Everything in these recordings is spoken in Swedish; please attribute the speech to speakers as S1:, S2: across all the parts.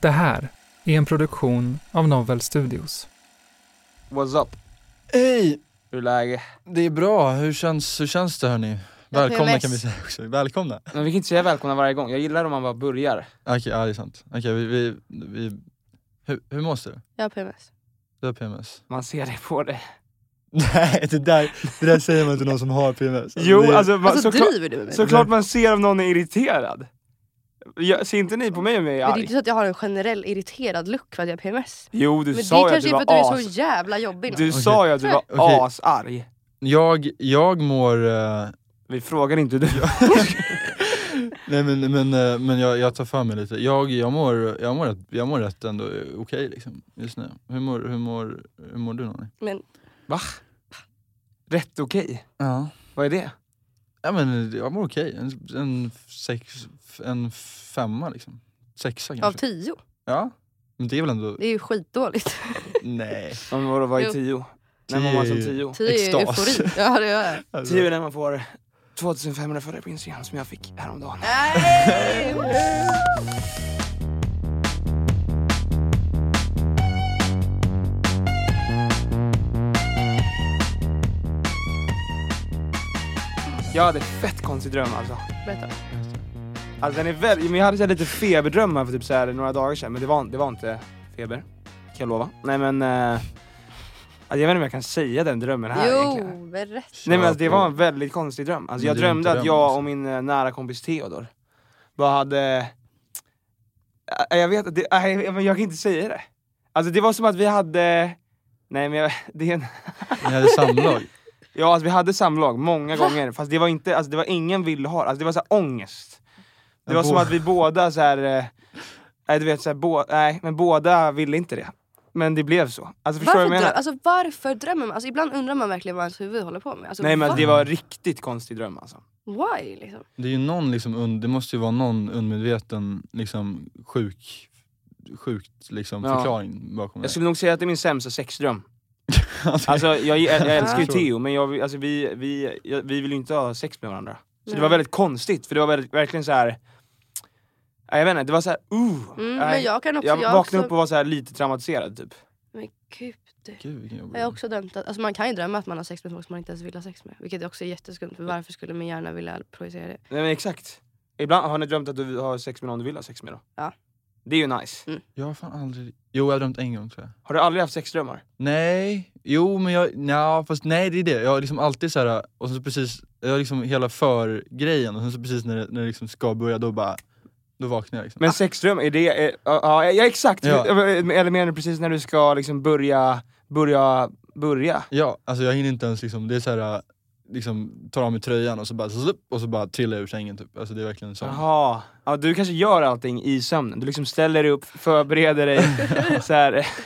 S1: Det här är en produktion av Novel Studios.
S2: What's up?
S3: Hej!
S2: Hur är läget?
S3: Det är bra, hur känns, hur känns det hörni? Välkomna
S4: PMS.
S3: kan vi säga också, välkomna!
S2: Men vi kan inte säga välkomna varje gång, jag gillar om man bara börjar.
S3: Okej, ja det är sant. Okej, vi, vi, vi hur, hur mår du?
S4: Jag har PMS.
S3: Du har PMS?
S2: Man ser det på det.
S3: Nej, det där, det där säger man till någon som har PMS.
S2: Jo, alltså, man,
S4: Alltså
S2: såklart,
S4: driver du med mig?
S2: såklart man ser om någon är irriterad. Jag, ser inte ni på mig om jag är
S4: Men det är
S2: arg?
S4: inte så att jag har en generell irriterad look för att jag har PMS.
S2: Jo, du
S4: Men det
S2: sa ju
S4: kanske
S2: att du
S4: är för
S2: var
S4: att du är så
S2: as...
S4: jävla jobbig någon.
S2: Du sa ju att du var
S3: Okej.
S2: asarg.
S3: Jag, jag mår... eh,
S2: Vi frågar inte hur du.
S3: nej men, men, eh, men jag, jag tar för mig lite. Jag, jag, mår, jag, mår rätt, jag mår rätt ändå eh, okej liksom, just nu. Hur mår, hur mår, hur mår du Nanne?
S4: Men
S2: Va? Rätt okej?
S3: Ja.
S2: Vad är det?
S3: ja men jag mår okej, en, en, sex, en femma liksom. Sexa kanske.
S4: av tio?
S3: Ja, men det är väl ändå...
S4: Det är ju skitdåligt.
S3: Nej.
S2: Ja, men vadå, vad är
S4: Jo.
S2: tio? När mår man som tio?
S4: Tio är ju
S3: Extas.
S4: eufori. Ja det är det.
S3: Alltså,
S2: Tio är när man får 2500 följare på Instagram som jag fick häromdagen. Jag hade fett konstig dröm alltså.
S4: Berätta.
S2: Alltså den är väl, men jag hade så här lite feberdrömmar för typ så här några dagar sedan, men det var, det var inte feber. Kan jag lova. Nej men... Eh, alltså, jag vet inte om jag kan säga den drömmen här egentligen.
S4: Jo, berätta.
S2: Nej men alltså, det
S3: kör
S2: var
S3: på.
S2: en väldigt konstig dröm. Alltså,
S3: Men
S2: jag
S3: det är
S2: drömde
S3: inte
S2: att
S3: dröm,
S2: jag
S3: alltså.
S2: och min eh, nära kompis Theodor bara hade... Äh, jag vet att det, äh, jag, men jag kan inte säga det. Alltså det var som att vi hade... Nej men jag, det är en...
S3: Ni hade samlag?
S2: Ja, alltså, vi hade samlag många gånger, fast det var inte, alltså, det var ingen vill ha alltså, det var så här, ångest. Det
S3: Men
S2: var
S3: bo-
S2: som att vi båda så här, eh, nej, du vet, så här, bå- nej, men båda ville inte det. Men det blev så. Alltså förstår du vad
S4: Varför,
S2: jag
S4: dröm,
S2: menar?
S4: alltså, varför drömmer man? Alltså, ibland undrar man verkligen vad ens huvud håller på med. Alltså,
S2: Nej men
S4: va?
S2: det var en riktigt konstig dröm alltså.
S4: Why liksom?
S3: Det är ju någon liksom, und- det måste ju vara någon undermedveten liksom sjuk, sjukt liksom
S2: Ja.
S3: förklaring bakom det.
S2: Jag skulle nog säga att det är min sämsta sexdröm.
S3: Alltså,
S2: Alltså jag, jag, jag älskar ju
S3: Ah.
S2: Theo, men jag, vill- alltså, vi, vi, jag, vi vill ju inte ha sex med varandra. Så det
S4: Nej.
S2: var väldigt konstigt, för det var väldigt, verkligen så här. Nej, jag vet inte, det var såhär uh.
S4: Mm,
S2: nej.
S4: men jag kan också...
S2: jag
S4: har
S2: vaknade
S4: också,
S2: upp och var så här lite traumatiserad typ.
S4: Men gud.
S3: Gud vilken jobbig
S4: Jag har också drömt att, alltså man kan ju drömma att man har sex med folk som man inte ens vill ha sex med. Vilket också är jätteskumt för varför skulle min hjärna vilja projicera det?
S2: Nej men exakt. Ibland har ni drömt att du har sex med någon du vill ha sex med då?
S4: Ja.
S2: Det är ju nice.
S3: Jag har fan aldrig... Jo jag har drömt en gång tror jag.
S2: Har du aldrig haft sexdrömmar?
S3: Nej, jo men jag... Nja, fast nej det är det. Jag har liksom alltid så här och sen så precis, jag har liksom hela för-grejen och sen så precis när det, när det liksom ska börja då bara, då vaknar jag liksom.
S4: Ah.
S2: Men sexdröm, är det... är- Ja, ja, ja exakt!
S3: Ja.
S2: Eller menar du precis när du ska liksom börja, börja, börja?
S3: Ja, alltså jag hinner inte ens liksom, det är så här, liksom tar av mig tröjan och så bara, slup, och så bara trillar jag ur sängen typ. Alltså det är verkligen sånt.
S2: Jaha. Ja, du kanske gör allting i sömnen. Du liksom ställer dig upp, förbereder dig. så här.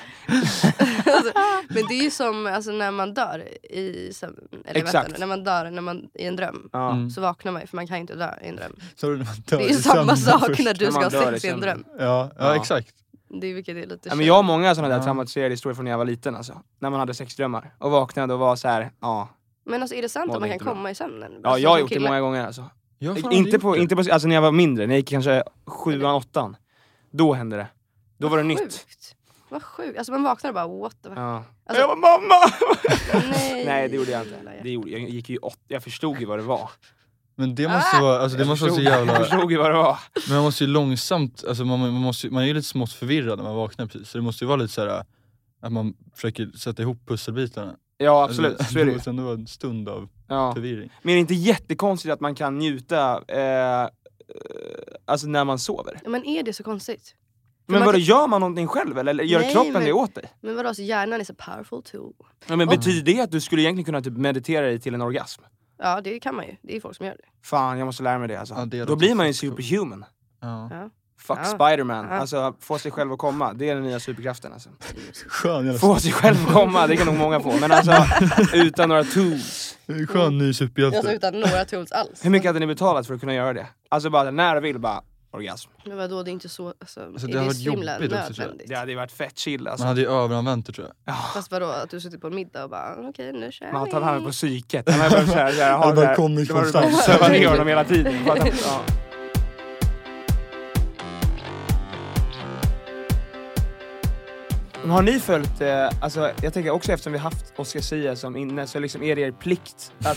S4: Alltså, men det är ju som alltså, när man dör i sömnen. Eller
S2: Exakt.
S4: vänta, när man dör när man, i en dröm.
S2: Ja.
S3: Mm.
S4: Så vaknar man ju för man kan ju inte dö i en dröm.
S3: Så när man dör
S4: Det är
S3: i
S4: ju samma
S3: sömnen
S4: sak
S3: först.
S4: när du
S2: När
S4: ska
S2: man
S4: ha
S2: dör i
S4: sex i en
S2: sömnen.
S4: dröm.
S3: Ja, ja,
S2: Ja.
S3: exakt.
S4: Det är, vilket är lite
S2: Ja, men jag har många sådana där
S3: Ja.
S2: traumatiserade historier från när jag var liten alltså. När man hade sexdrömmar. Och vaknade och var så här. ja.
S4: men alltså är det sant
S2: Mådde
S4: att man kan
S2: inte bra.
S4: komma i sömnen?
S2: Ja,
S4: Alltså,
S2: jag har
S4: som
S2: gjort det
S4: kille?
S2: många gånger alltså.
S3: Jag har fan aldrig
S2: Inte
S3: gjort
S2: på,
S3: det.
S2: inte på, alltså när jag var mindre, när jag gick kanske sjuan, åttan. Då hände det. Då var det nytt.
S4: Sjukt. Vad sjukt. Alltså man vaknar och bara what the fuck.
S2: Ja.
S4: Alltså-
S2: jag var mamma!
S4: Nej.
S2: Nej det gjorde jag inte. Det gjorde, jag, gick ju åt, jag förstod ju vad det var.
S3: Men det
S4: Ah!
S3: måste vara, alltså det måste vara så
S2: Jag
S3: jävla...
S2: förstod ju vad det var.
S3: Men man måste ju långsamt, alltså man, man, måste, ju- man är ju lite smått förvirrad när man vaknar precis, så det måste ju vara lite så här att man försöker sätta ihop pusselbitarna.
S2: Ja absolut,
S3: Alltså,
S2: så är det ju.
S3: måste ändå vara en stund av
S2: Ja.
S3: förvirring.
S2: Men är det inte jättekonstigt att man kan njuta, eh, eh, alltså när man sover?
S4: Ja, men är det så konstigt? För
S2: Men
S4: man
S2: vadå,
S4: kan-
S2: gör man någonting själv eller? eller Gör
S4: Nej,
S2: kroppen
S4: men-
S2: det åt dig?
S4: Men vadå, så hjärnan är så powerful too.
S2: Ja, men
S4: Och-
S2: betyder det att du skulle egentligen kunna typ meditera dig till en orgasm?
S4: Ja, det kan man ju. Det är folk som gör det.
S2: Fan, jag måste lära mig det alltså.
S3: Ja, det
S2: Då
S3: låter
S2: blir man ju
S3: fett coolt.
S2: superhuman.
S3: Ja.
S4: Ja.
S2: Fuck
S4: Ja.
S2: Spiderman.
S4: Ja.
S2: Alltså, få sig själv att komma, det är den nya superkraften alltså.
S3: Skön, jävla,
S2: Få sig själv att komma, det kan nog många få. Men alltså, utan några tools.
S3: skön ny
S4: Alltså
S3: superhjälte.
S4: utan några tools alls.
S2: Hur mycket hade ni betalat för att kunna göra det? Alltså bara när du vill, bara orgasm.
S4: Men vadå, det är inte så... Alltså,
S3: Alltså, det
S4: det är
S3: har varit
S4: så himla
S3: jobbigt också, tror jag.
S4: nödvändigt.
S2: Det hade ju varit fett chill alltså.
S3: Man hade ju överanvänt det tror jag.
S4: Fast vadå, att du sitter på en middag och bara "Ah, okej nu kör
S2: Man har
S4: vi.
S2: tagit hand på psyket. Man har bara så här, så här, har
S3: Det bara
S2: det här-
S3: kommer
S2: det var det
S3: konstant.
S2: bara söva ner honom hela tiden. Bara att- ja. Men Har ni följt, eh, alltså, jag tänker också eftersom vi haft Oscar Zia som inne så liksom är det er plikt att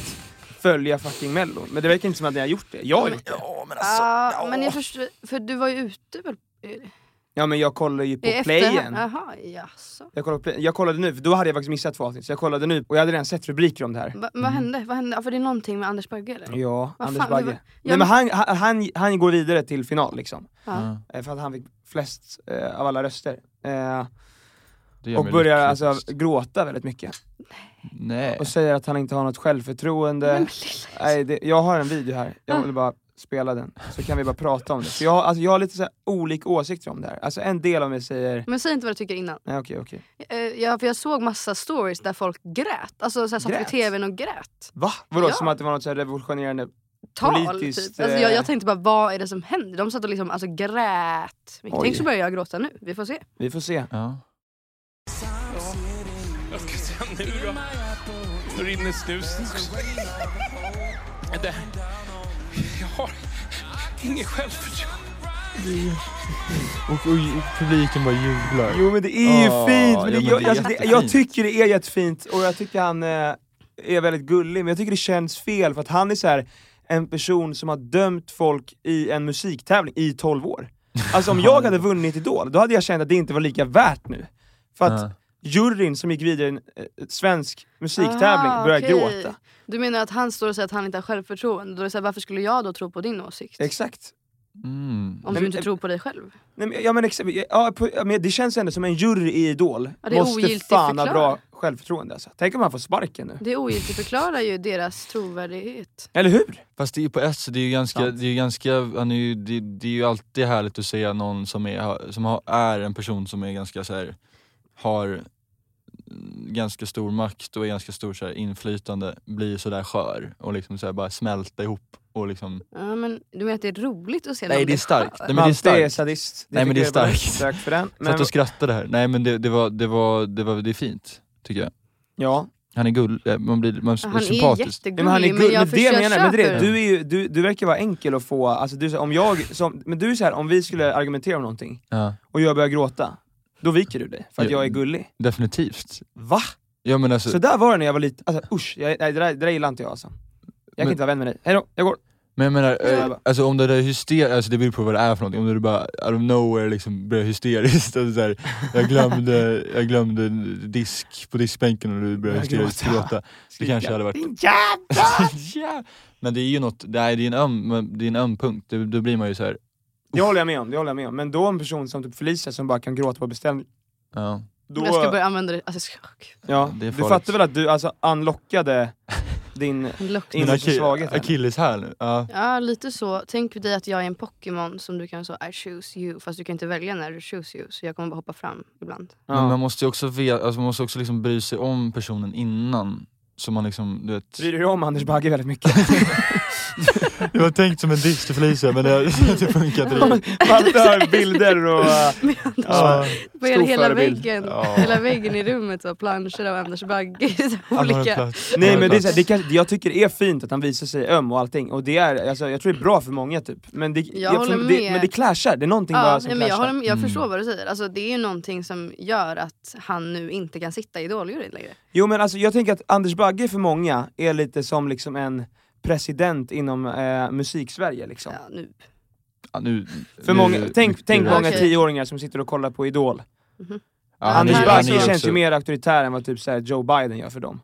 S2: följa fucking mello. Men det verkar inte som att ni har gjort det. Jag har gjort det. alltså,
S4: Ja, men jag förstår, för du var ju ute väl i
S2: Ja men jag kollar ju på
S4: efterhand?
S2: playen.
S4: Jaha, jaså.
S2: Jag kollade, på Play- jag kollade nu, för då hade jag faktiskt missat två avsnitt. Så jag kollade nu och jag hade redan sett rubriker om det här.
S4: Va, vad hände? Vad hände? Ja, för det är någonting med Anders Bagge eller?
S2: Ja,
S4: Mm. Vad
S2: Mm. Anders
S4: fan,
S2: Bagge.
S4: det var-
S2: Nej,
S4: Ja,
S2: men han, han- han, han går vidare till final liksom.
S4: Ja.
S2: Eh, För att han fick flest eh, av alla röster. Eh,
S3: Det Eh. gör
S2: och
S3: mig
S2: börjar
S3: lycklig
S2: alltså
S3: faktiskt.
S2: gråta väldigt mycket.
S3: Nej.
S2: Och säger att han inte har något självförtroende.
S4: Men lilla- Ah.
S2: Nej, det, jag har en video här, jag vill bara spela den. Så kan vi bara prata om det. För jag, har- alltså, jag har lite så här olika åsikter om det här. Alltså en del av mig säger,
S4: Men säg inte vad du tycker innan.
S2: nej okej okej.
S4: Eh, Ja, för jag såg massa stories där folk grät. Alltså så här, satt
S2: Grät?
S4: vid tvn och grät.
S2: Va? Vadå?
S4: Ja.
S2: Som att det var något så här revolutionerande?
S4: Tal typ.
S2: Politiskt,
S4: Alltså, jag,
S2: eh,
S4: jag tänkte bara vad är det som händer? De satt och liksom alltså, grät.
S2: Oj.
S4: Tänk så börjar jag gråta nu. Vi får se.
S2: Vi får se.
S3: Ja.
S5: Vad ska jag säga nu då? Nu rinner snusen också. Det, jag har inget självförtroende.
S3: Och, och, och publiken bara jublar.
S2: Jo men det är ju
S3: Ah,
S2: fint! Men det,
S3: ja, men
S2: jag,
S3: det är
S2: alltså, det, jag
S3: jättefint.
S2: tycker det är jättefint och jag tycker han eh, är väldigt gullig, men jag tycker det känns fel för att han är så här en person som har dömt folk i en musiktävling i 12 år. Alltså om jag hade vunnit Idol, då hade jag känt att det inte var lika värt nu. För att
S3: Ja.
S2: juryn som gick vidare i en eh, svensk musiktävling
S4: Aha,
S2: började
S4: Ah, okej.
S2: gråta.
S4: Du menar att han står och säger att han inte har självförtroende. Då är det så här, varför skulle jag då tro på din åsikt?
S2: Exakt.
S3: Mm.
S4: Om
S2: Nej,
S4: du
S2: men- eh,
S4: inte tror på dig själv.
S2: Nej, men, ja, men, exa- ja, på, ja, men det känns ändå som en jury i Idol
S4: Ja, det är
S2: måste
S4: ogiltigt
S2: fan ha bra
S4: förklarat.
S2: självförtroende alltså. Tänk om han får sparken nu.
S4: Det ogiltigförklarar ju deras trovärdighet.
S2: Eller hur?
S3: Fast det är ju på S, det är ju ganska,
S2: Sant.
S3: det är ju ganska, han är ju, det, det är ju alltid härligt att se någon som är, har- som har, är en person som är ganska så här, har mm, ganska stor makt och är ganska stor så här, inflytande, blir sådär skör och liksom så här, bara smälta ihop och liksom,
S4: Ja, men du menar att det är roligt att se
S3: Nej,
S4: någon
S3: det är
S4: bli
S3: starkt.
S4: skör?
S3: Nej, men det är
S2: Malte är
S3: starkt.
S2: sadist.
S3: Nej, men det är
S2: tycker jag bara.
S3: starkt.
S2: Tack för den. Men,
S3: satt och skrattade här. Nej men det, det var, det var, det var, det är fint tycker jag.
S2: ja.
S3: Han är gullig, man blir, man är
S4: Han är
S3: sympatisk.
S2: men
S4: jättegullig
S2: han är
S4: Mm, men
S2: gullig.
S4: jag,
S2: Men det
S4: försöker-
S2: menar jag. Men det är,
S4: köper.
S2: det. du, är ju, du, du verkar vara enkel att få, alltså, du, är så här, om jag, som, men du är så här, om vi skulle argumentera om någonting
S3: ja,
S2: och jag börjar gråta, då viker du dig för att
S3: Ja.
S2: jag är gullig.
S3: definitivt.
S2: Va?
S3: Ja men alltså,
S2: Så där var det när jag var liten, alltså usch, jag, nej, det, där, det där gillar inte jag alltså. Jag kan
S3: Men-
S2: inte vara vän med dig, hejdå, jag går.
S3: Men jag menar, eh,
S2: Ja.
S3: alltså om det där är hysteriskt, alltså det beror på vad det är för någonting, om du bara out of nowhere liksom börjar hysteriskt, alltså så här, jag, glömde, jag glömde disk på diskbänken och du börjar
S2: Jag
S3: hysteriskt
S2: gråta.
S3: gråta. Det kanske hade varit... ja. Men det är ju något, nej, det är en öm, men det är en öm punkt, det, då blir man ju så här.
S2: Det håller jag med om, det håller jag med om. Men då en person som typ Felicia som bara kan gråta på beställning,
S3: Ja.
S2: då...
S4: jag ska börja användra det. Alltså, jag ska- gud.
S2: ja,
S3: Det är
S2: du
S3: farligt.
S2: fattar väl att du alltså unlockade din
S4: Han luktar.
S2: inre
S3: Akille-
S2: svaghet? här nu?
S3: Akilles här nu. Ja.
S4: Ja, lite så. Tänk dig att jag är en Pokémon som du kan så I choose you. Fast du kan inte välja när du choose you. Så jag kommer bara hoppa fram ibland.
S3: Men man
S2: Ja.
S3: måste ju också, veta, alltså man måste också liksom bry sig om personen innan. Så man liksom, du vet...
S2: Bryr du dig om Anders Bagge väldigt mycket?
S3: Det var tänkt som en diss till Felicia men det, det funkar inte riktigt.
S2: Malte har bilder och...
S4: Men Anders,
S2: Ja.
S4: började hela
S2: förebild.
S4: väggen,
S3: Ja.
S4: hela väggen i rummet var planscher av Anders Bagge.
S3: Han har en
S4: Olika.
S3: plats. Han
S2: Nej
S3: har
S2: men
S3: en
S2: det är
S3: plats.
S2: så här, det kanske, jag tycker det är fint att han visar sig öm och allting, och det är, alltså, jag tror det är bra för många typ. Men det,
S4: Jag
S2: för,
S4: håller
S2: det,
S4: med.
S2: men det clashar, det är någonting bara
S4: Ja,
S2: som
S4: nej, men jag,
S2: clashar.
S4: har, jag
S3: Mm.
S4: förstår vad du säger. Alltså, det är ju någonting som gör att han nu inte kan sitta i Idoljuryn längre.
S2: Jo men alltså jag tänker att Anders Bagge för många är lite som liksom en president inom eh, musiksverige liksom.
S4: Ja, nu.
S3: Ja, nu, nu-
S2: För många, tänk
S3: mycket
S2: tänk
S3: rök.
S2: många
S4: Okej.
S2: tioåringar som sitter och kollar på Idol.
S3: Ja, han är-
S2: Anders
S4: han
S2: Bagge
S3: han är
S2: känns
S3: också-
S2: ju mer auktoritär än vad typ så här Joe Biden gör för dem.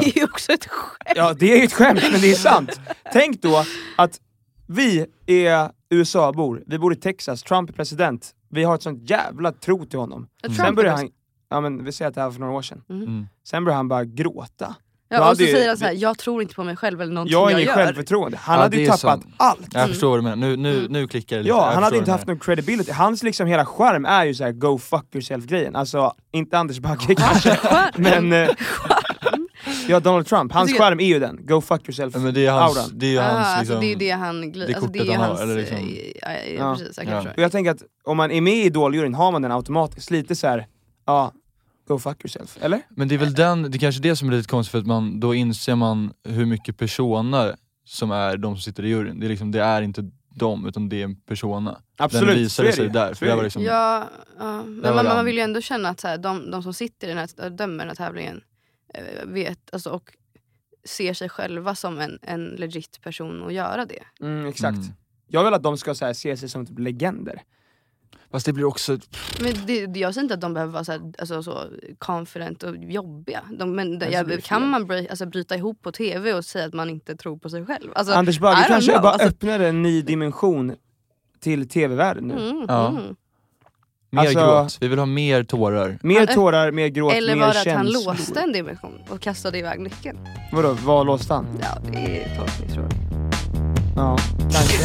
S4: Det är ju också ett skämt.
S2: Ja, det är ju ett skämt, men det är sant. Tänk då att vi är USA-bor, vi bor i Texas, Trump är president. Vi har ett sånt jävla tro till honom.
S4: Trump
S2: Sen börjar
S4: är
S2: han, ja men vi säger att det här var för några år sedan.
S3: Mm.
S2: Sen börjar han bara gråta. Då
S4: Ja, och
S2: hade
S4: så
S2: ju-
S4: säger han såhär, jag tror inte på mig själv eller någonting
S2: Jag
S4: jag,
S2: har inget
S4: gör.
S2: självförtroende. Han
S3: Ja,
S2: hade ju
S3: det är
S2: tappat
S3: sant.
S2: allt.
S3: Jag förstår vad du menar, nu, nu, nu klickar det lite.
S2: Mm. Ja,
S3: Jag
S2: han hade
S3: förstår
S2: inte
S3: vad du
S2: haft
S3: menar.
S2: någon credibility. Hans liksom hela skärm är ju så här go fuck yourself-grejen. Alltså, inte Anders Bagge kanske, men... eh, ja, Donald Trump. Hans
S4: Jag tycker-
S2: skärm är ju den, go fuck yourself.
S3: Ja, men det är hans,
S2: auran.
S3: det är ju
S4: Ah,
S3: hans liksom,
S4: alltså, det är ju det han... gli-
S3: det
S4: alltså, det är
S3: kortet
S4: ju
S3: han har,
S4: hans...
S3: eller liksom-
S4: eh, ja, ja,
S2: Ja.
S4: precis, jag
S3: Ja.
S4: kanske.
S2: Och jag tänker att om man är med i Idol-juryn har man den automatiskt. Lite så här, ja, go fuck yourself. Eller?
S3: Men det är väl den, det är kanske det som är lite konstigt för att man, då inser man hur mycket persona som är de som sitter i juryn. Det är, liksom, det är inte de, utan det är en persona.
S2: Absolut,
S3: den visade
S2: så är det
S3: sig
S2: ju.
S3: där.
S2: Så
S3: För
S2: är
S3: det
S2: det
S3: var
S2: ju.
S3: liksom,
S4: Ja, ja.
S3: Där
S4: men
S3: var
S4: man,
S3: den.
S4: man vill ju ändå känna att så här, de, de som sitter i den här, dömer den här tävlingen eh, vet alltså, och ser sig själva som en, en legit person att göra det.
S2: Mm, exakt.
S3: Mm.
S2: Jag vill att de ska så här, se sig som typ legender.
S3: Fast det blir också,
S4: Mm. Men det, det- jag säger inte att de behöver vara så, här, alltså, så confident och jobbiga. De,
S2: så
S4: men det,
S2: blir det
S4: jag,
S2: fel.
S4: kan man bry, alltså, bryta ihop på tv och säga att man inte tror på sig själv? Alltså,
S2: Anders
S4: I
S2: Bagge
S4: don't
S2: kanske
S4: know,
S2: bara
S4: alltså.
S2: öppnade en ny dimension till tv-världen nu.
S4: mm,
S3: Ja.
S4: mm.
S3: mer
S2: Alltså-
S3: gråt. Vi vill ha mer tårar.
S2: Mer
S4: Han-
S2: tårar, mer gråt,
S4: Eller
S2: mer
S4: var det att
S2: känslor.
S4: han låste en dimension och kastade iväg nyckeln?
S2: Vadå, var låste han?
S4: Ja, det är tolkningsfråga.
S2: Ja, kanske.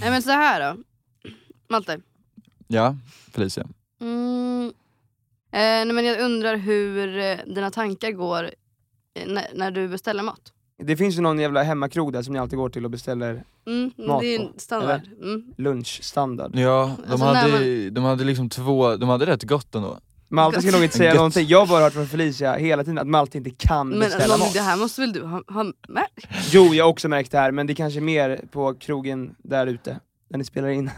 S4: Nej men så här då. Malte.
S3: Ja, Felicia.
S4: Mm. Eh, nej, men jag undrar hur eh, dina tankar går eh, när, när du beställer mat.
S2: Det finns ju någon jävla hemmakrog där som ni alltid går till och beställer
S4: Mm, men
S2: Mat
S4: det är
S2: då,
S4: en standard. Mm.
S2: lunchstandard.
S3: Ja, de,
S4: Alltså, när
S3: hade, de hade liksom två, de hade rätt gott ändå.
S2: Malte skulle nog inte säga
S3: Gött.
S2: någonting, jag har bara hört från Felicia hela tiden att Malte inte kan
S4: Men
S2: beställa
S4: Lonny,
S2: mat.
S4: det här måste väl du ha, ha med?
S2: Jo, jag har också märkt det här, men det kanske är mer på krogen där ute, när ni spelar in.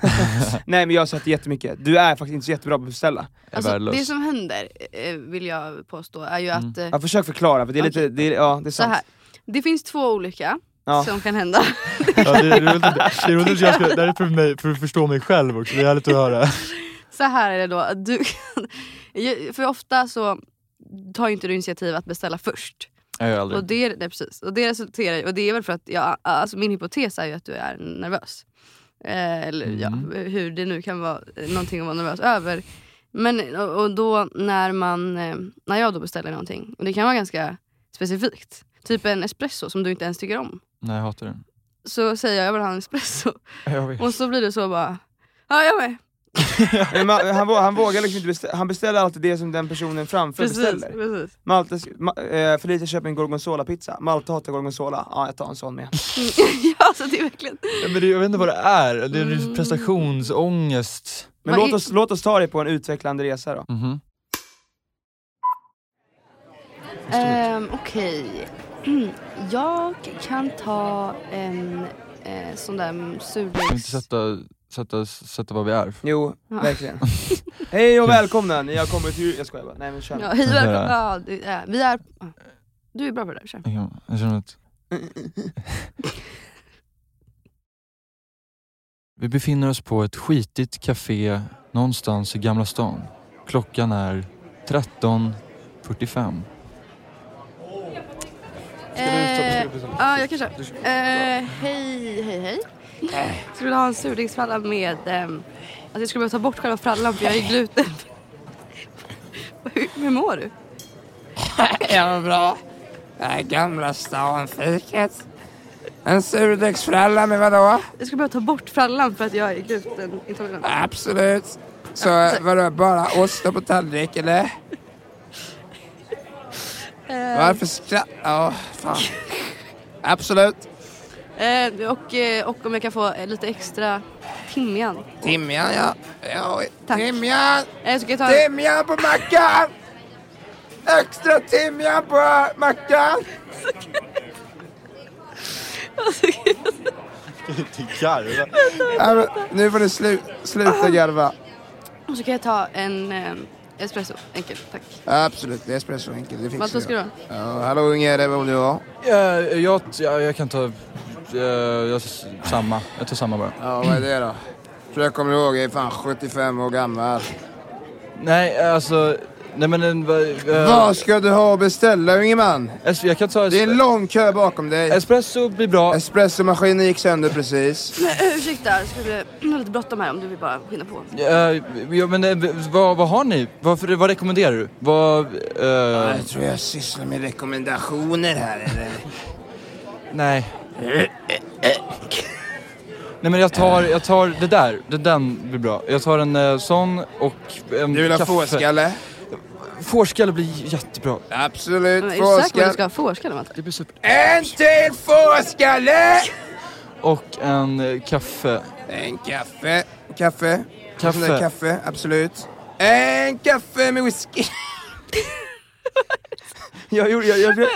S2: Nej men jag har sett det jättemycket, du är faktiskt inte så jättebra på att beställa.
S3: Är
S4: Alltså,
S3: värdelös.
S4: det som händer, eh, vill jag påstå, är ju att... Eh,
S2: Jag försök förklara, för det är lite, det är, ja Mm. det är
S4: så
S2: sant.
S4: här. Det finns två olika
S2: Ja.
S4: som kan hända.
S3: Ja, det, det är roligt att- det är roligt att jag ska, det här är för, mig, för att förstå mig själv också, det är härligt att höra.
S4: Så här är det då. att Du kan, för ofta så tar ju inte du initiativ att beställa först.
S3: Jag gör aldrig.
S4: Och det, nej, precis. Och det resulterar ju- och det är väl för att jag, alltså min hypotes är ju att du är nervös. Eh, eller ja,
S2: Mm.
S4: hur det nu kan vara eh, någonting att vara nervös över. Men och, och då när man, eh, när jag då beställer någonting, och det kan vara ganska specifikt. Typ en espresso som du inte ens tycker om.
S3: Nej jag hatar den.
S4: Så säger jag jag vill ha en espresso.
S3: Jag vet.
S4: Och så blir det så bara, ja jag med.
S2: Men Ma- han, vå- han vågar liksom inte beställa, han beställer alltid det som den personen framför
S4: Precis,
S2: beställer.
S4: precis.
S2: Malte, sk- Ma- eh, Felicia köper en gorgonzola-pizza, Malte hatar gorgonzola, ja jag tar en sån med.
S4: Mm. ja, så det är verkligen...
S3: Ja, men det, jag vet inte vad det är, det är mm. prestationsångest.
S2: Men
S4: Vad
S2: låt
S4: är-
S2: oss, låt oss ta dig på en utvecklande resa då.
S4: Mm-hmm.
S3: Mhm.
S4: Ehm, Okej. Mm, Jag kan ta en eh, sån där
S3: Kan vi
S4: surdegs...
S3: inte sätta, sätta, sätta vad vi är?
S2: Jo,
S4: Ja.
S2: verkligen. Hej och välkomna, ni har kommit till... Jag skojar bara, nej men kör.
S4: Ja, hej,
S3: Den där.
S4: välkommen. Ja, det är- vi är... Du är bra på det där, kör.
S2: Mm,
S3: Jag, jag känner att Vi befinner oss på ett skitigt café någonstans i Gamla stan. Klockan är 13.45.
S4: Eh, Ja, jag kan köra. Eh, hej, hej, hej. Jag skulle ha en surdegsfralla med... ehm, alltså jag skulle behöva ta bort själva frallan för jag är gluten. hur, hur mår du?
S6: Jag mår bra. Det här Gamla stan-fiket. En surdegsfralla med vadå?
S4: Jag skulle behöva ta bort frallan för att jag är glutenintolerant.
S6: Absolut. Så vadå, bara ost på tallriken eller?
S4: Eh,
S6: Varför skrattar... Ja, fan. Absolut.
S4: Eh, och, eh, och om jag kan få eh, lite extra timjan.
S6: Timjan, ja. ja.
S4: Tack.
S6: Timjan!
S4: Eh, så kan jag ta...
S6: Timjan på mackan! Extra timjan på mackan!
S3: Inte garva.
S6: Ja, men, nu får du slu sluta garva.
S4: Och så kan jag ta en eh, espresso. Enkel, tack.
S6: Absolut, det är espresso enkelt. Det fixar
S4: Vad ska du ha?
S6: Ja, hallå unge, det är vem du var.
S3: Ja, jag, ja, jag kan ta... eh, jag, samma. Jag tar samma bara.
S6: Ja, vad är det då? Tror jag kommer ihåg, jag är fan 75 år gammal.
S3: Nej, alltså... Nej men... en- va- eh,
S6: Vad ska du ha att beställa unge man?
S3: Jag kan ta...
S6: Det är en lång kö bakom dig.
S3: Espresso blir bra.
S6: Espressomaskinen gick sönder precis.
S4: Nej, eh, ursäkta, jag skulle ha lite bråttom här om du vill bara skynda på.
S3: eh, ja, men eh, vad, vad har ni? Vad, för- vad rekommenderar du? Vad... eh,
S6: Jag tror jag sysslar med rekommendationer här eller?
S3: Nej. Nej men jag tar, jag tar det där, det, den blir bra. Jag tar en eh, sån och en
S6: Du vill ha
S3: kaffe.
S6: fårskalle?
S3: Fårskalle blir jättebra.
S6: Absolut,
S4: Men är du säker på att du
S6: fårskalle.
S4: ska ha fårskalle Matt?
S3: Det blir super.
S6: En till fårskalle!
S3: Och en eh, kaffe.
S6: En kaffe. Kaffe.
S3: Kaffe.
S6: Sån där kaffe, absolut. En kaffe med whisky.
S2: Jag, gjorde, jag, jag,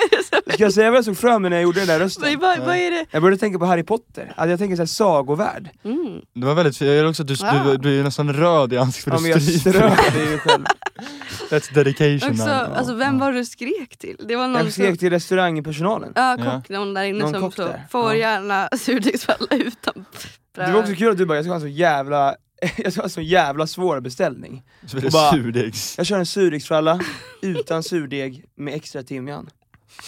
S2: ska jag säga vad jag såg fram emot när jag gjorde den där rösten?
S4: Vad, vad är det?
S2: Jag började tänka på Harry Potter, alltså jag tänker såhär sagovärld.
S4: Mm.
S3: Det var väldigt fint, jag gillar också att du,
S4: Wow.
S3: du, du är nästan röd i ansiktet
S2: Ja,
S3: för
S2: men
S3: du
S2: jag strök
S3: stryker.
S2: det ju själv.
S3: That's dedication.
S4: Också,
S3: man.
S4: alltså vem var det du skrek till? Det var någon
S2: Jag
S4: som...
S2: skrek till restaurangpersonalen.
S4: Ja, kock, någon där inne
S2: Någon
S4: som
S2: kock
S4: så,
S2: där.
S4: får
S2: Ja.
S4: gärna surdegsfralla utan
S2: Det var också kul att du bara, jag ska ha en så jävla, jag ska ha en så jävla svår beställning.
S3: Så blir det
S2: Och bara-
S3: surdegs.
S2: Jag kör en surdegsfralla utan surdeg med extra timjan.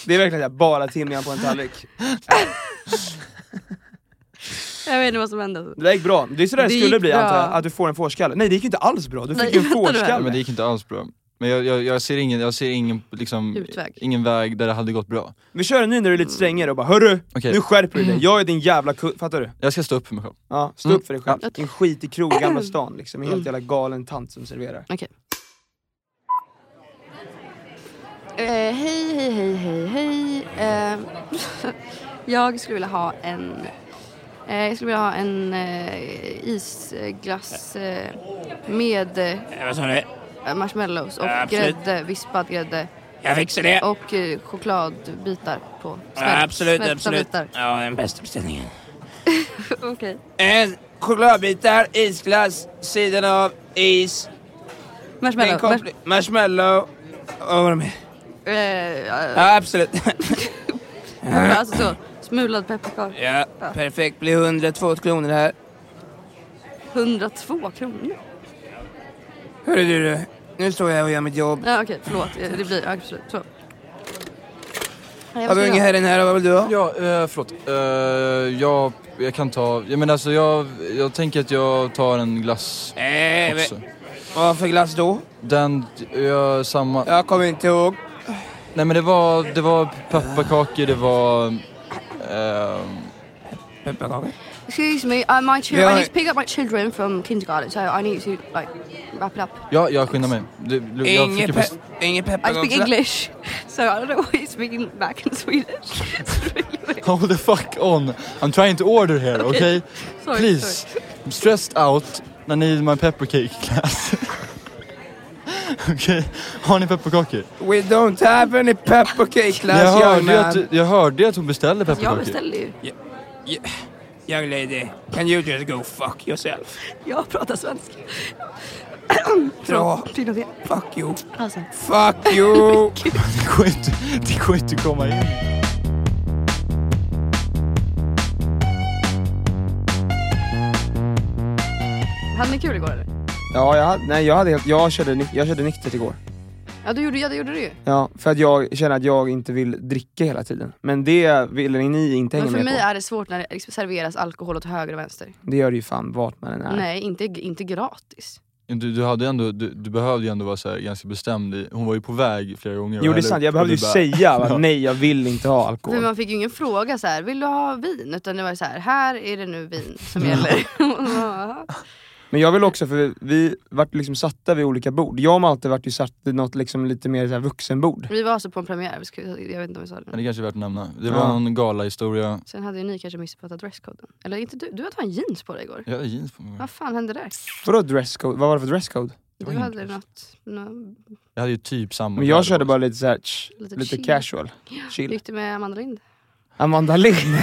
S2: Det är verkligen såhär, bara timjan på en tallrik.
S4: Jag vet inte vad som hände.
S2: Det där gick bra, det är sådär det,
S4: Det
S2: skulle
S4: gick
S2: bli
S4: bra.
S2: antar jag, att du får en fårskalle. Nej det gick ju inte alls bra, du
S4: Nej,
S2: fick ju en
S4: vänta nu
S3: Ja, men det
S4: här.
S2: fårskalle.
S3: gick inte alls bra. Men jag, jag, jag ser ingen, jag ser ingen, liksom,
S4: Utväg.
S3: ingen väg där det hade gått bra.
S2: Vi kör en ny när du är lite strängare och bara, hörru!
S3: Okej.
S2: Nu skärper du dig,
S4: Mm.
S2: jag är din jävla kund, fattar du?
S3: Jag ska stå upp för mig själv.
S2: Ja, stå
S3: Mm.
S2: upp för dig själv. Din skit i krog i Gamla stan liksom, en helt jävla galen tant som serverar.
S4: Okej. Eh, hej, hej, hej, hej, hej. Eh, jag skulle vilja ha en... Eh, jag skulle vilja ha en eh, isglass eh, med eh,
S6: Vad sa du?
S4: marshmallows och
S6: Ja, absolut.
S4: grädde, vispad grädde
S6: Jag fixar det.
S4: och eh, chokladbitar på.
S6: Ja, absolut,
S4: smälta
S6: absolut.
S4: bitar.
S6: Ja, den bästa beställningen.
S4: Okej.
S6: En chokladbitar, isglass, sidan av, is, en
S4: Marshmallow.
S6: kompli- marshmallow. Och vad var det mer?
S4: mars- eh, ja,
S6: Ja, absolut.
S4: alltså så, smulad pepparkaka.
S6: ja, perfekt. Blir 102 kronor här.
S4: 102 kronor.
S6: Hörru du, du, nu står jag och gör mitt jobb.
S4: Ja, Okej, förlåt. Eh, Det blir ja, absolut så. Nej,
S6: Har
S4: vad
S6: du
S4: ska
S6: ingen
S4: jag
S6: herren här? Vad vill du ha?
S3: Ja, eh, förlåt. Eh, jag, jag kan ta, jag menar alltså jag, jag tänker att jag tar en glass
S6: Eh,
S3: också.
S6: men- Vad för glass då?
S3: Den, jag, samma.
S6: Jag kommer inte ihåg.
S3: Nej men det var, det var pepparkakor, det var... Eh,
S6: Pepparkakor?
S4: Excuse me, uh, my children.
S3: Yeah.
S4: I need to pick up my children from kindergarten, so I need to like wrap it up.
S3: ja, jag skyndar mig. Det, jag fick ju
S6: Ingen, pe
S3: best-
S6: ingen
S4: I speak
S6: pepparkakor.
S4: English, so I don't know why you're speaking back in Swedish. It's really weird.
S3: Hold the fuck on. I'm trying to order here, okay?
S4: Sorry,
S3: Please. I'm stressed out. I need my pepper cake glass. Okej, har ni pepparkakor?
S6: We don't have any peppercake
S3: Jag
S6: glass, young
S3: hörde,
S6: man.
S3: att, jag hörde att hon beställde
S4: Sorry. Jag
S3: pepparkakor.
S4: beställer ju.
S6: Young lady, can you just go fuck yourself?
S4: Jag pratar svenska.
S6: Dra.
S4: Till och med.
S6: Fuck you.
S4: Alltså.
S6: Fuck you!
S3: Det går inte, det går inte att komma in.
S4: Hade ni kul igår eller?
S2: Ja, jag, hade- nej, jag, hade helt, jag, körde, ny- jag körde nyktert igår.
S4: Ja, du gjorde, ja, det gjorde du ju.
S2: Ja, för att jag känner att jag inte vill dricka hela tiden. Men det vill ni inte hänga
S4: Men för
S2: med
S4: mig
S2: på.
S4: är det svårt när det liksom serveras alkohol åt höger och vänster.
S2: Det gör det ju fan vart man än är.
S4: Nej, inte, inte gratis.
S3: Du, du, hade ändå, du, du behövde ju ändå vara så här ganska bestämd i, hon var ju på väg flera gånger och
S2: Jo det är
S3: hällde
S2: sant,
S3: upp
S2: jag
S3: och
S2: behövde
S3: du
S2: ju
S3: bara-
S2: säga
S3: Ja.
S2: va, nej jag vill inte ha alkohol.
S4: För man fick ju ingen fråga så här, vill du ha vin? Utan det var ju så här, här är det nu vin som gäller.
S2: Men jag vill också, för vi vart liksom satta vid olika bord. Jag och Malte vart ju satt vid något liksom lite mer så här vuxenbord.
S4: vi var alltså på en premiär, vi skulle- jag vet inte om vi sa det.
S3: Men det kanske är värt att nämna. Det var
S2: Ja.
S3: någon galahistoria.
S4: Sen hade ju ni kanske missuppfattat dresskoden. Eller inte du, du hade fan jeans på dig igår.
S3: Jag hade jeans på mig.
S4: Vad fan hände där?
S2: Vadå dresscode? Vad var det för dresscode?
S4: Du hade något, nå-
S3: Jag hade ju typ samma
S2: Men jag körde bara lite såhär, tsch,
S4: Lite
S2: lite,
S4: chill.
S2: casual.
S4: Hur
S2: Chill.
S4: gick det med Amanda Lind?
S2: Amanda Lind.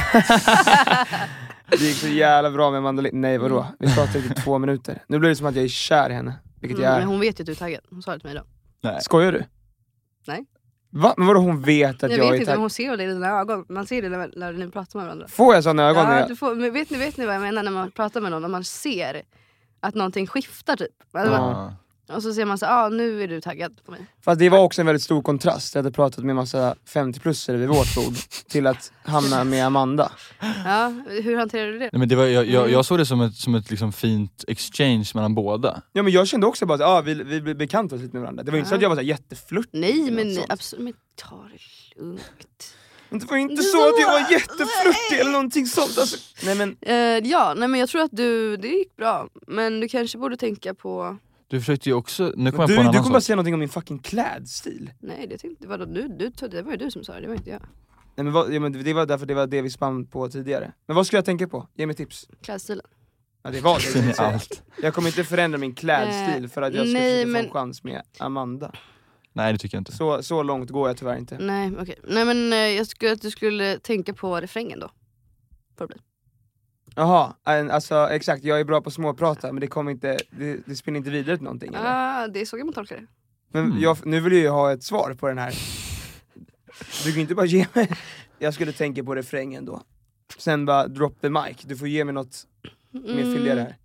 S2: det gick så jävla bra med Amanda Lind. Nej vadå? Vi pratade i typ två minuter. Nu blir det som att jag är kär i henne. Vilket jag
S4: Mm,
S2: är.
S4: men hon vet ju att du är taggad, hon sa det till mig då.
S2: Skojar du?
S4: Nej.
S2: Va? Men vadå hon vet att
S4: Jag,
S2: jag,
S4: vet
S2: är
S4: inte, men
S2: taggad?
S4: hon ser det i dina ögon. Man ser det när, när ni pratar med varandra.
S2: Får jag såna ögon? när
S4: Ja,
S2: jag...
S4: du får, men vet, ni, vet ni vad jag menar när man pratar med någon? När man ser att någonting skiftar typ. Alltså, man,
S2: Ja.
S4: och så ser man så ah, nu är du taggad på mig.
S2: Fast det var också en väldigt stor kontrast. Jag hade pratat med massa 50-plussare vid vårt bord till att hamna med Amanda.
S4: Ja, hur hanterar du det?
S3: Nej, men det var, jag, jag, jag såg det som ett, som ett liksom fint exchange mellan båda.
S2: Ja men jag kände också bara att ah, vi, vi blev bekanta oss lite med varandra. Det var ju inte så att jag var så här jätteflörtig.
S4: Nej men
S2: något
S4: nej,
S2: sånt.
S4: absolut, men ta det lugnt.
S2: Men Det var ju inte så att jag var jätteflörtig eller någonting sånt. Alltså, nej men
S4: Eh, ja, nej men jag tror att du, det gick bra. Men du kanske borde tänka på,
S3: Du försökte ju också, nu kom
S2: du,
S3: jag
S2: du
S3: på en annan
S2: kommer bara
S3: sak.
S2: säga någonting om min fucking klädstil.
S4: nej det tänkte, vadå, du, du, det var ju du som sa det, det var inte jag.
S2: Nej, men vad, ja, men det var därför det var det vi spann på tidigare. Men vad ska jag tänka på? Ge mig tips.
S4: Klädstilen.
S2: Ja det var det jag
S3: Det är
S2: tänkte säga.
S3: allt.
S2: Jag kommer inte förändra min klädstil
S4: Eh,
S2: för att jag ska
S4: nej,
S2: försöka få
S4: men-
S2: en chans med Amanda.
S3: Nej det tycker jag inte.
S2: Så, så långt går jag tyvärr inte.
S4: Nej okej, nej men eh, jag skulle att du skulle tänka på refrängen då. Får det bli.
S2: Jaha, en- alltså exakt, jag är bra på att småprata men det kommer inte, det, det spinner inte vidare till någonting eller?
S4: Ah, det är så kan man tolka det.
S2: Men jag, nu vill jag ju ha ett svar på den här. Du kan inte bara ge mig, jag skulle tänka på refrängen då. Sen bara drop the mic, du får ge mig något mer
S4: Mm.
S2: fylligare här.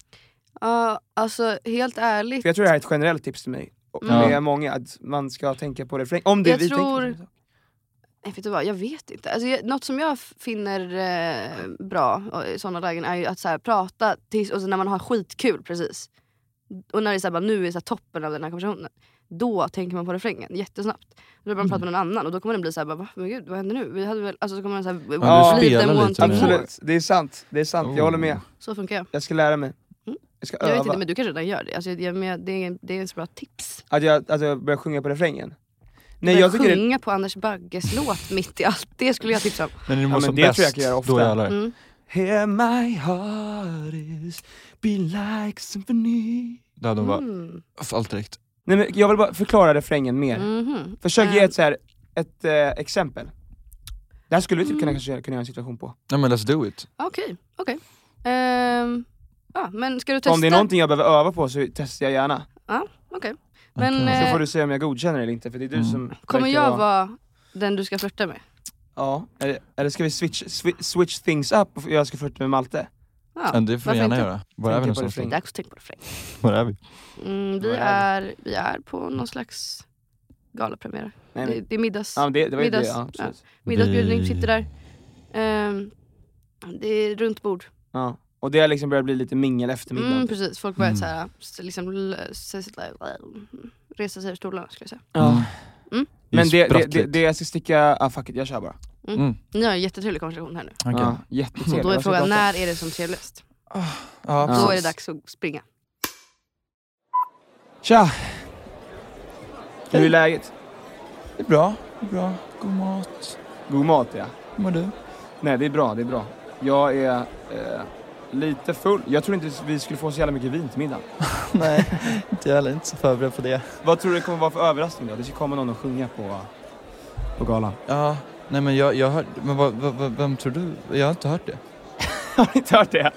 S4: Ja, alltså helt ärligt.
S2: För jag tror det här är ett generellt tips till mig, och
S3: Mm.
S2: med många, att man ska tänka på refrängen. Om det
S4: Jag
S2: vi
S4: tror-
S2: tänker på.
S4: Nej, vet du vad, jag vet inte. Alltså, jag, något som jag f- finner eh, bra och, i sådana lägen är ju att så här, prata tills, och så när man har skitkul precis. Och när det är så här, bara, nu är så här, toppen av den här konversationen. Då tänker man på refrängen jättesnabbt. Då
S2: Mm.
S4: börjar man prata med någon annan och då kommer den bli så här, bara, va? Men gud, vad händer nu? Vi hade väl, alltså, så kommer den så här,
S3: Ja,
S4: fleet
S3: spela
S4: and
S3: lite
S4: want
S3: med-
S4: more.
S2: Absolut, det är sant, det är sant,
S3: Oh.
S2: jag håller med.
S4: Så funkar jag.
S2: Jag ska lära mig. Jag ska
S4: Mm. Jag vet inte
S2: öva.
S4: men du kanske redan gör det. Alltså, jag, men, jag- det, är, det är en så bra tips.
S2: Att jag, att jag börjar sjunga på refrängen. Nej
S4: Nej,
S2: jag
S4: jag
S2: tycker det,
S4: sjunga på Anders Bagges låt mitt i allt. Det skulle jag tipsa om.
S3: Men det
S2: men
S3: måste
S2: det
S3: bäst,
S2: tror jag kan göra ofta.
S3: då jävlar.
S4: Mm.
S2: Here my heart is being like symphony
S3: Då hade hon bara,
S4: Mm.
S3: "F- allt direkt.
S2: Nej men jag vill bara förklara refrängen mer.
S4: Mhm.
S2: Försök ge
S4: Ehm.
S2: ett, så här, ett eh, exempel. Det här skulle vi typ
S4: Mm.
S2: kunna, kanske, kunna göra en situation på.
S3: Nej men let's do it.
S4: Okej, okej. Ehm, ja, men ska du testa?
S2: Om det är någonting jag behöver öva på så testar jag gärna.
S4: Ja, okej. Men
S2: Så
S4: eh,
S2: får du se om jag godkänner eller inte, för det är du
S3: Mm.
S2: som
S4: kommer
S2: verkar
S4: jag vara den du ska flirta med?
S2: Ja, eller, eller ska vi switch, swi- switch things up och jag ska flirta med Malte?
S4: Ja,
S3: Men det får vi
S4: varför
S3: gärna
S4: inte?
S3: göra. Var är vi
S2: Tänker på
S3: någonstans?
S2: refräng.
S4: Dags att tänka på refräng.
S3: Var är vi?
S4: Mm, vi,
S2: Vad är
S4: är, vi är på någon slags galapremiär.
S2: Nej,
S4: Det,
S2: men,
S4: det är middags,
S2: ja, men det, det var ju det,
S4: middags-
S2: ja, absolut.
S4: middagsbjudning,
S3: Vi-
S4: sitter där. Ehm, det är runt bord.
S2: Ja. Och det har liksom börjat bli lite mingel eftermiddag.
S4: Mm, precis, folk börjar
S3: Mm.
S4: så här, s- liksom, l- s- s- resa sig ur stolarna skulle jag säga.
S2: ja.
S4: Mm.
S3: är
S2: Men det, det, det,
S3: Mm. sprattligt.
S2: det jag ska sticka, ah, fuck it, jag kör bara.
S3: Mm.
S4: Ni har en jättetrevlig konversation här nu.
S3: Okej.
S2: Ja,
S4: Och
S2: jättetrevligt.
S4: då
S2: Vad
S4: är
S2: ska vi
S4: frågan,
S2: prata om?
S4: när är det som trevligast?
S3: Ja,
S2: Ja.
S4: Då är
S3: precis.
S4: det dags att springa.
S2: Tja! Hur är läget?
S3: Det är bra, det är bra. God mat.
S2: God mat ja.
S3: Hur mår du?
S2: Nej det är bra, det är bra. Jag är eh, lite full. Jag tror inte vi skulle få så jävla mycket vin till middag.
S7: Nej, inte jag heller. Inte så förberedd på det.
S2: Vad tror du det kommer vara för överraskning då? Det ska komma någon och sjunga på, på galan.
S3: Ja, nej men jag, jag hör, men vad, vad, vad, vem tror du? Jag har inte hört det.
S2: Har ni inte hört det?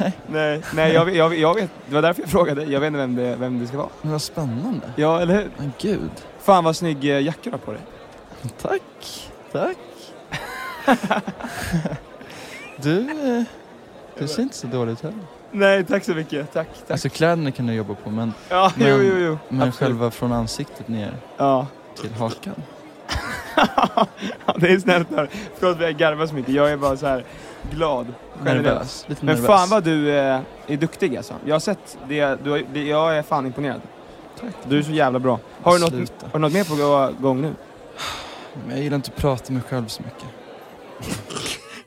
S2: Nej. Nej, nej jag, vet- jag, vet- jag vet. Det var därför jag frågade. Jag vet inte vem det, vem det ska vara.
S3: Men vad spännande.
S2: Ja, eller hur?
S3: Men gud.
S2: Fan vad snygg eh, jacka du har på dig.
S7: Tack, tack. du, eh, du ser inte så dåligt ut heller.
S2: Nej, tack så mycket. Tack, tack.
S3: Alltså kläderna kan du jobba på men,
S2: Ja,
S3: men,
S2: jo, jo, jo.
S3: men
S2: Absolut.
S3: själva från ansiktet ner
S2: Ja.
S3: till hakan.
S2: Ja, det är snällt av dig. Förlåt att jag garvar så mycket. Jag är bara så här glad. generellt.
S3: Nervös, lite
S2: Men
S3: nervös.
S2: fan vad du eh, är duktig alltså. Jag har sett det, du har, det. Jag är fan imponerad.
S3: Tack.
S2: Du är så jävla bra. Har du, något,
S3: Sluta.
S2: har du något mer på gång nu?
S3: Men jag gillar inte att prata med mig själv så mycket.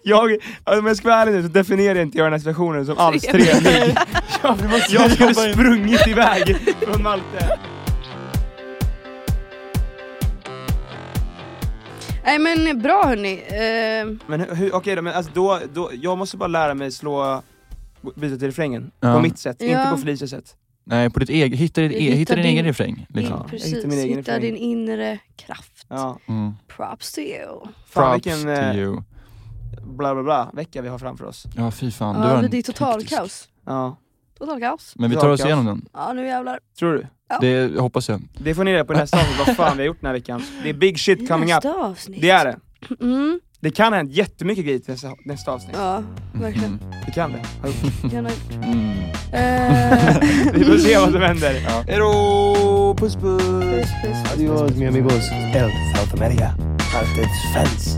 S2: Jag, alltså, om jag ska vara ärlig nu så definierar jag inte jag den här situationen som alls trevlig. Jag, jag skulle
S3: jobba in.
S2: sprungit iväg från Malte.
S4: Nej men bra hörni. Eh,
S2: Men hur, hur, okej då, men alltså då, då, jag måste bara lära mig slå, byta till refrängen.
S3: Ja.
S2: På mitt sätt, inte
S4: Ja.
S2: på Felicias sätt.
S3: Nej, på ditt eget, hitta, ditt e- hitta,
S4: Hitta
S3: din,
S4: din-
S3: egen refräng. Liksom.
S2: Ja.
S4: precis,
S2: jag hittar
S4: hitta
S2: min egen refräng.
S4: din inre kraft.
S2: Ja.
S3: Mm.
S4: Props to you.
S2: Fan
S3: Props
S2: vilken
S3: to
S2: eh,
S3: you.
S2: bla bla bla vecka vi har framför oss.
S3: Ja, fy fan. du
S4: Ja,
S3: har
S4: men
S3: en
S4: det är total
S3: hektisk-
S4: kaos.
S2: Ja.
S4: Total kaos.
S3: Men vi tar oss igenom den.
S4: Ja nu jävlar.
S2: Tror du?
S4: Ja.
S3: Det hoppas jag.
S2: Det får ni reda på i nästa avsnitt, vad fan vi har gjort den här veckan. Det är big shit coming up.
S4: Nästa avsnitt.
S2: Det är det.
S4: Mm,
S2: Det kan ha hänt jättemycket grejer till nästa, nästa avsnitt.
S4: ja, verkligen.
S2: Det kan det. Har gjort.
S4: Gärna.
S3: Mm.
S4: Eh,
S2: Vi får se vad som händer.
S3: Ja.
S2: Hejdå! Puss puss!
S4: puss, puss.
S7: Adios mi amigos. El
S2: South America. Alltid svenskt.